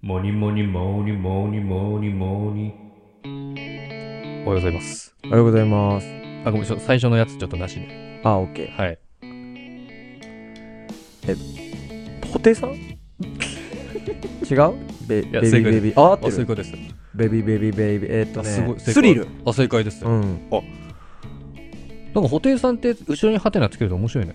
モニモニモニモニモニモニおはようございますおはようございます。あごめんちょ最初のやつちょっとなしであ、オッケはいー。ポテさん 違うベや正ベビ解ーベビー。あ、合っあて正る。解ですベビーベビーベビー。えーっとあね、すごい正解スリル。あ正解です、うん。なんか布袋さんって後ろにハテナつけると面白いね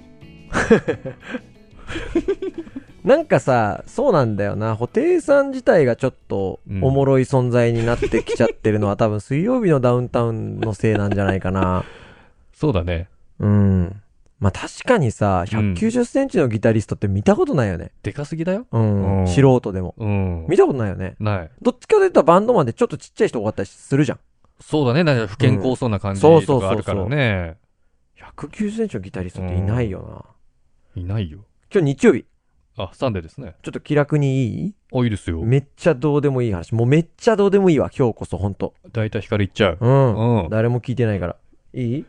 なんかさ、そうなんだよな。布袋さん自体がちょっとうんおもろい存在になってきちゃってるの は、多分水曜日のダウンタウンのせいなんじゃないかな。そうだねうん。まあ確かにさ、190センチのギタリストって見たことないよね。でかすぎだようん。うん素人でも。うん見たことないよね。ないどっちかで言ったらバンドマンでちょっとちっちゃい人多かったりするじゃん。そうだねなんか不健康そうな感じうんそとうそうそうかそうあるからね、 190センチのギタリストっていないよな。いないよ今日日曜日、あサンデーですねちょっと気楽にいいあいいですよめっちゃどうでもいい話。もうめっちゃどうでもいいわ、今日こそ、ほんと。大体光いっちゃううん。うん誰も聞いてないから。いい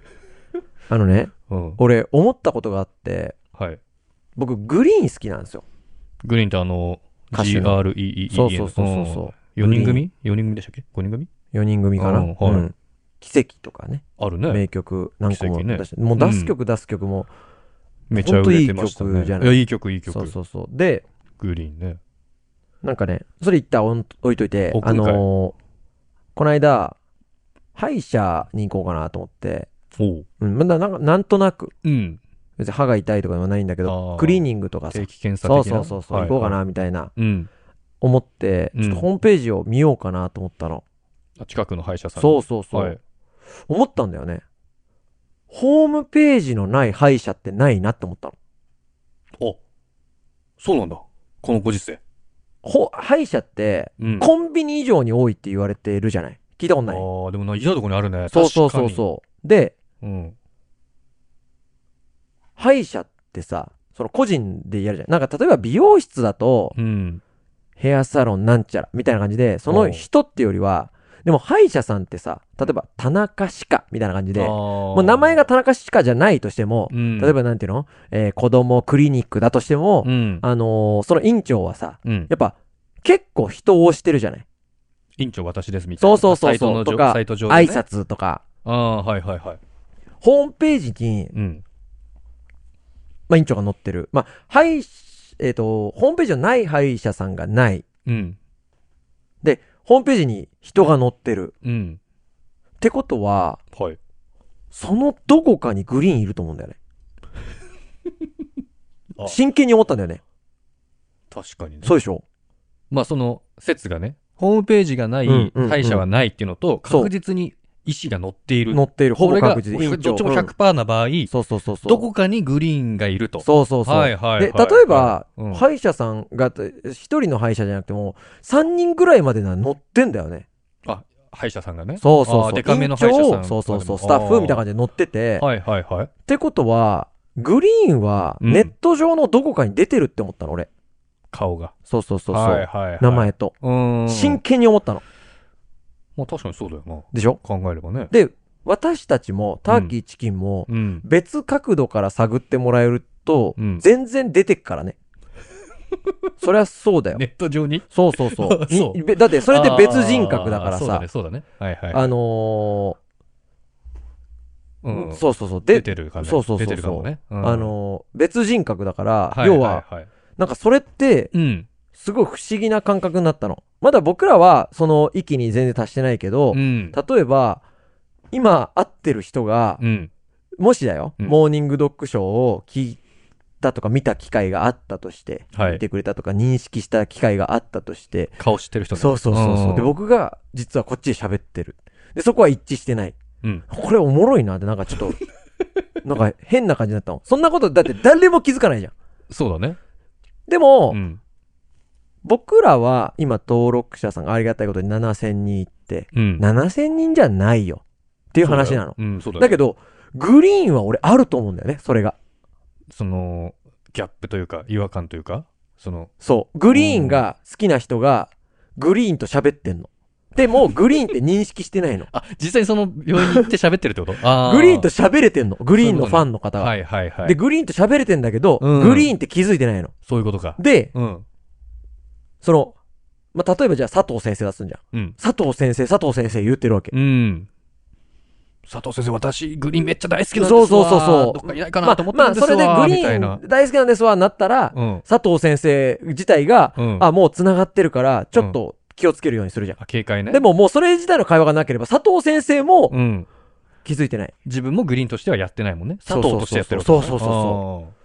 あのね、うん俺、思ったことがあって、はい僕、グリーン好きなんですよ。グリーンってあの歌手の GREEE そうそうそうそうそう。 4人組 ?4 人組でしたっけ ?5 人組4人組かな。ううんはいん。奇跡とかね、あるね。名曲何個も奇跡ね出して、もう出す曲出す曲も、めちゃ売れてましたほんといね。い曲じゃないや、いい曲、いい曲。そうそうそう。で、グリーンね。なんかね、それ一旦おん置いといて置、くあんかいのーこの間、歯医者に行こうかなと思って、おう。うん、まだなんかなんとなく、うん。別に歯が痛いとかではないんだけあーど、クリーニングとかさ定、期検査そう的そな。うそうそう、行こうかはい。なみたいなうん。思って、うんちょっとホームページを見ようかなと思ったの。あ近くの歯医者さんに。そうそうそう、はい。思ったんだよね。ホームページのない歯医者ってないなって思ったの。おそうなんだ。このご時世。ほ歯医者って、うん。あコンビニ以上に多いって言われてるじゃない聞いたことあない。ー、でもな、いいとこにあるね。そうそうそうそう。で、う。うん。歯医者ってさ、その個人でやるじゃん。なんか例えば美容室だと、うん。ヘアサロンなんちゃらみたいな感じで、そおうの人ってよりは、でも歯医者さんってさ、例えば田中歯科みたいな感じで、ももう名前が、田中歯科じゃないとしても、うん。例えばなんていうの、えー子供クリニックだとしても、うん、あのーその院長はさ、うん。やっぱ結構人を推してるじゃない院長私ですみたいな。そうそうそサうそうイトのとかサイト上でね挨。拶とか、ああ、はいはいはい。ホームページに、うん。まあ、院長が載ってる。まあ、歯医えっ、と、ホームページのない歯医者さんがない。うん。で、ホームページに人が載ってる。うん。ってことは、はい。そのどこかにグリーンいると思うんだよね あ。真剣に思ったんだよね。確かにね。そうでしょまあその説がね、ホームページがないうんうんうん歯医者はないっていうのと、そう確実に医師が載っている。載っている。ほこぼれが確実に。どっちもうん100%な場合、そうそうそうそう。どこかにグリーンがいると。そうそうそう。はいはいはい。で、例えば、うん歯医者さんが、一人の歯医者じゃなくても、三人ぐらいまでなら載ってんだよね。歯医者さんがね。そうそうあそーう。でかめの歯医者さん院長そうそうそとう。スかタでもッフみたいな感じで載ってて。っはいはいはい。てことは、グリーンは、うんネット上のどこかに出てるって思ったの、俺。顔が。そうそうそう。はいそうはいはい。名。前と。うーん。真剣に思ったの。まあ確かにそうだよな。でしょ考えればね。で、私たちも、ターキーチキンも、うん。別角度から探ってもらえると、うん全然出て くからね。そりゃそうだよ。ネット上にそうそうそうあ そうにべだってそれって別人格だからあーそうださね、。そうだね。はいはい。あのうーんそうそうそう。出で、てるかね。そうそうそうそ出てうるかもね。うんあ、のー別人格だから、はい要は、いいなんかそれって、うん。すごい不思議な感覚になったの。まだ僕らは、その域に全然達してないけど、うん。例えば、今会ってる人が、うん。もしだよ、うんモーニングドッグショーを聞いたとか見た機会があったとして、はい見てくれたとか認識した機会があったとして、顔知ってる人ねそうそうそうそう。で、、僕が実はこっちで喋ってる。で、そこは一致してない。うん。これおもろいなって、なんかちょっと、 なんか変な感じになったの。そんなこと、だって誰も気づかないじゃん。そうだね。でも、うん。僕らは今登録者さんがありがたいことに7000人いって、うん。 7000人じゃないよ。っていう話なそうだよの。うん、そうだだけけど、グリーンは俺あると思うんだよね、それが。ど、その、ギャップというか、違和感というか、その、。そう。グリーンが好きな人が、グリーンと喋ってんの。でも、グリーンって認識してないのあ、実際にその病院に行って喋ってるってこと あグリーンと、喋れてんの。グリーンのファンの方が。はいはいはい。で、グリーンと喋れてんだけど、うんグリーンって気づいてないの。そういうことか。で、うん。その、まあ、例えばじゃあ佐藤先生だとすんじゃん。うん。佐藤先生、佐藤先生言ってるわけ。うん。佐藤先生、私、グリーンめっちゃ大好きなんですそわ。うそうそうそう。どっかいないかなと思ってるんですわ、まあ、まあ、それでみグたリいーなン。大好きなんですわ、なったら、うん。佐藤先生自体が、うんあ、もう繋がってるから、ちょっと気をつけるようにするじゃん。あ警戒ね。でももうそれ自体の会話がなければ、佐藤先生もうん。気づいてない。自分もグリーンとしてはやってないもんね。佐そうそ藤うそうとしてやってるわけねそうそうそうそ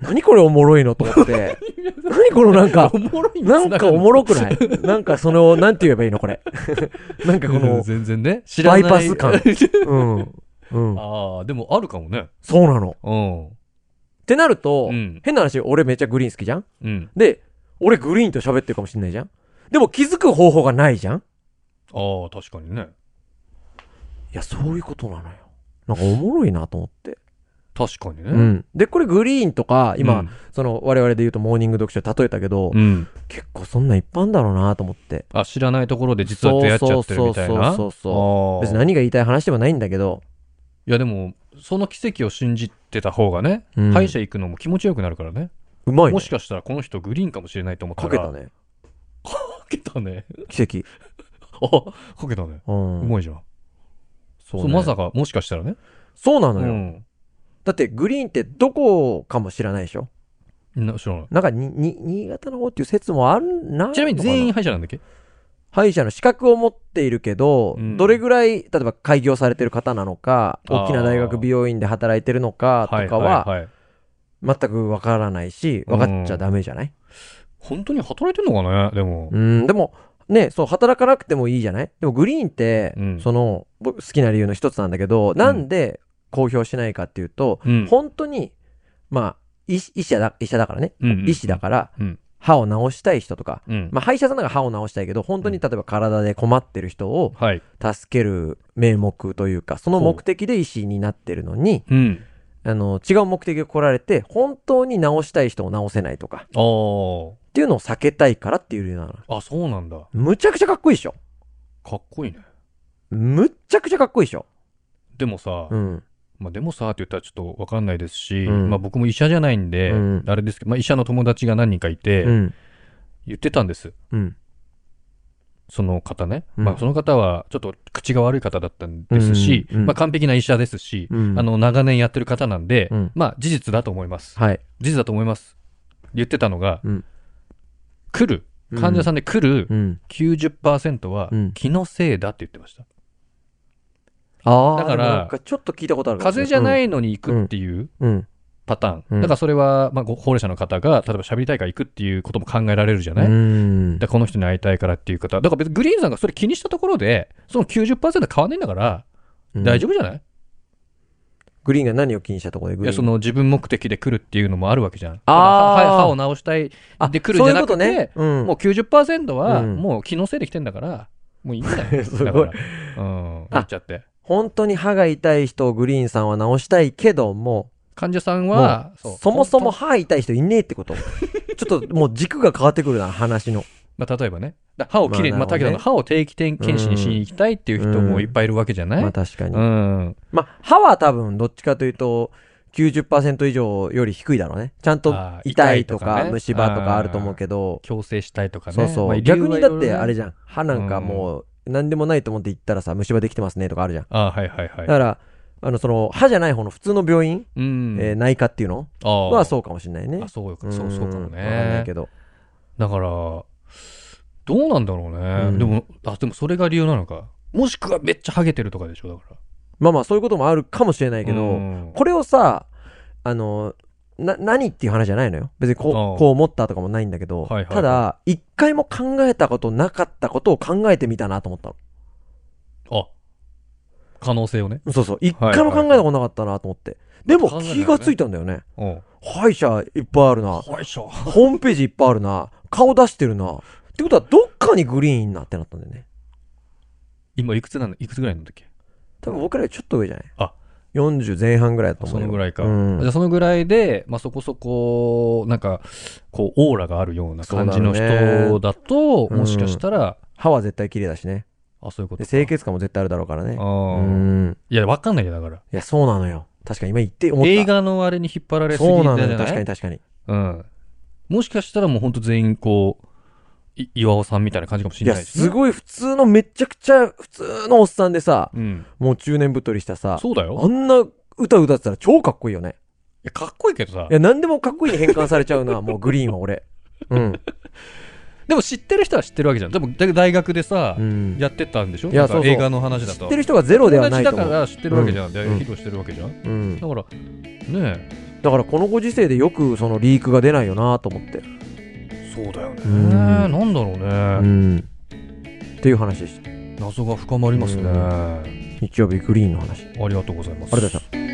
何これおもろいのと思 って。何このなんあかー、おもろいなんかおもろくないなんかその、なんて言えばいいのこれ。 なんかここのの、全然ね。知バイパス感うん。うん。ああ、でもあるかもね。そうなの。うってなると、うん変な話、俺めっちゃグリーン好きじゃんん。うん。で、俺グリーンと喋ってるかもしんないじゃんでも気づく方法がないじゃんああ、確かにね。いや、そういうことなのよ。なんかおもろいなと思って。確かにね。うん。で、これグリーンとか、今、うんその、我々で言うとモーニング読書で例えたけど、うん。結構そんなん一般だろうなと思って。あ、知らないところで実は出会っちゃってるみたいな。そうそうそうそうそう別に何が言いたい話でもないんだけど、いやでも、その奇跡を信じてた方がね、うん歯医者行くのも気持ちよくなるからね。うまい、ね。もしかしたらこの人グリーンかもしれないと思った。からけた。ね。かけたね。奇跡。あ、かけたね。うん。うまいじゃん。そうそうねまさか、もしかしたらね。そうなうのよ、ん。だってグリーンってどこかも知らないでしょな知らない。なんかに、に、新潟の方っていう説もあるな。ちなみに全員歯医者なんだっけ歯医者の資格を持っているけど、うんどれぐらい、例えば開業されてる方なのか、あー大きな大学美容院で働いてるのかとかは、いいい。全くわからないし、わかっちゃダメじゃない、本当に働いてんのかねでもう。ん、でも、ね、そう、働かなくてもいいじゃないでもグリーンって、うんその、僕好きな理由の一つなんだけど、なんで公表しないかっていうと、うん本当に、まあ、医師医者だ、医者だからね。うんうん医師だから、うん歯を治したい人とか、うん。まあ、歯医者さんなんか歯を治したいけど、本当に例えば体で困ってる人をはい。助ける名目というか、その目的で医師になってるのに、うん。あの、違う目的で来られて、本当に治したい人を治せないとか、ああ。っていうのを避けたいからっていう理由なの。あ、そうなんだ。むちゃくちゃかっこいいでしょかっこいいね。むっちゃくちゃかっこいいでしょでもさ、うん。まあでもさって言ったらちょっとわかんないですし、うんまあ僕も医者じゃないんで、うんあれですけど、まあ医者の友達が何人かいて、うん。言ってたんです。うん。その方ね。うんまあその方はちょっと口が悪い方だったんですし、うんうんまあ完璧な医者ですし、うんあの長年やってる方なんで、うんまあ事実だと思います。はい。事実だと思います。言ってたのが、うん来る、患者さんで来るうん。 90%はうん気のせいだって言ってました。ああ、だからなんかちょっと聞いたことあるかもし風れ。邪じゃないいのに行くっていううん。うんパターン。うんだからそれは、まあ、ご高齢者の方が、例えば喋りたいから行くっていうことも考えられるじゃない、うんでこの人に会いたいからっていう方。だから別にグリーンさんがそれ気にしたところで、その90%変わんないんだから、大丈夫じゃない、グリーンが何を気にしたところでグいリや、ーンその自分目的で来るっていうのもあるわけじゃん。あーただ歯歯を直したい。あで来るんじゃなくてそういうことね。うん、もう90%は、うんもう気のせいで来てんだから、もういいんだよ。 すごいだから。うん。言っちゃって。本当に歯が痛い人をグリーンさんは治したいけども、患者さんは、もううそもそも、歯痛い人いねえってこと ちょっともう軸が変わってくるな、話の。まあ、例えばね、だ歯をきれいに、ままああ、なるほどね武田の歯を定期点検診しに行きたいっていう人もいっぱいいるわけじゃない、まあ確かに。うん。まあ歯は多分どっちかというと、90%以上より低いだろうね。ちゃんとあー痛い痛といとかかね虫歯とかあると思うけど、強制したいとかね。そうそう、まあ逆にだってあれじじゃん。歯なんかもう何でもないと思って行ったらさ、虫歯できてますねとかあるじゃん。ゃん。ああ、はいはいはい。だから、あの、その歯じゃない方の普通の病院、うん。えー内科っていうのああはそうかもしれないねあ、。そうか、そう、んそうかもね。わかんないけど。だから、どうなんだろうね。うんでも、あ、でもそれが理由なのか。もしくはめっちゃハゲてるとかでしょ、だから。まあまあ、そういうこともあるかもしれないけど、うんこれをさ、あの、な、何っていう話じゃないのよ。別にこあう、あこう思ったとかもないんだけど、はいはいはいただ、一回も考えたことなかったことを考えてみたなと思ったの。あ、可能性をね。そうそう。一回も考えたことなかったなと思って。でも考えないよね気がついたんだよね。うん。歯医者いっぱいあるな。よいしょ。ホームページいっぱいあるな。顔出してるな。ってことは、どっかにグリーンなってなったんだよね。今、いくつなのいくつぐらいなんだっけ多分僕らよりちょっと上じゃないあ。 40前半ぐらいだと思そうよのぐらいか。うんじゃあそのぐらいで、まあ、そこそこ、なんか、こう、オーラがあるような感じのそうだね人だと、うんもしかしたら、歯は絶対綺麗だしね。あ、そういうことで、か。清潔感も絶対あるだろうからねあ。うーん。いや、わかんないよ、だから。いや、そうなのよ。確かに今言って思った。映画のあれに引っ張られすぎそたうじなゃのないよ。確かに確かに。うん。もしかしたらもう本当全員こう、い岩尾さんみたいな感じかもしいれや、ないし、すごい普通のめちゃくちゃ普通のおっさんでさ、うん。もう中年太りしたさ、そうだよ。あんな歌歌ってたら超かっこいいよね。いやかっこいいけどさい。や、何でもかっこいいに変換されちゃう な、もうグリーンは俺。うん。でも知ってる人は知ってるわけじゃん。でもだ大学でさう、ん。やってったんでしょいやなんかそうそう映画の話だ知と。ってる人がゼロではないと友達思だう。から知ってるわけじゃん。で、うん披露してるわけじゃん。だうん。から、ねだからこのご時世でよくそのリークが出ないよなと思って。え。そうだよね。うんなんだろううね。ん。っていう話でした。謎が深まりますね。うんあ日曜日グリーンの話。ありりがとうございます。がとうございました。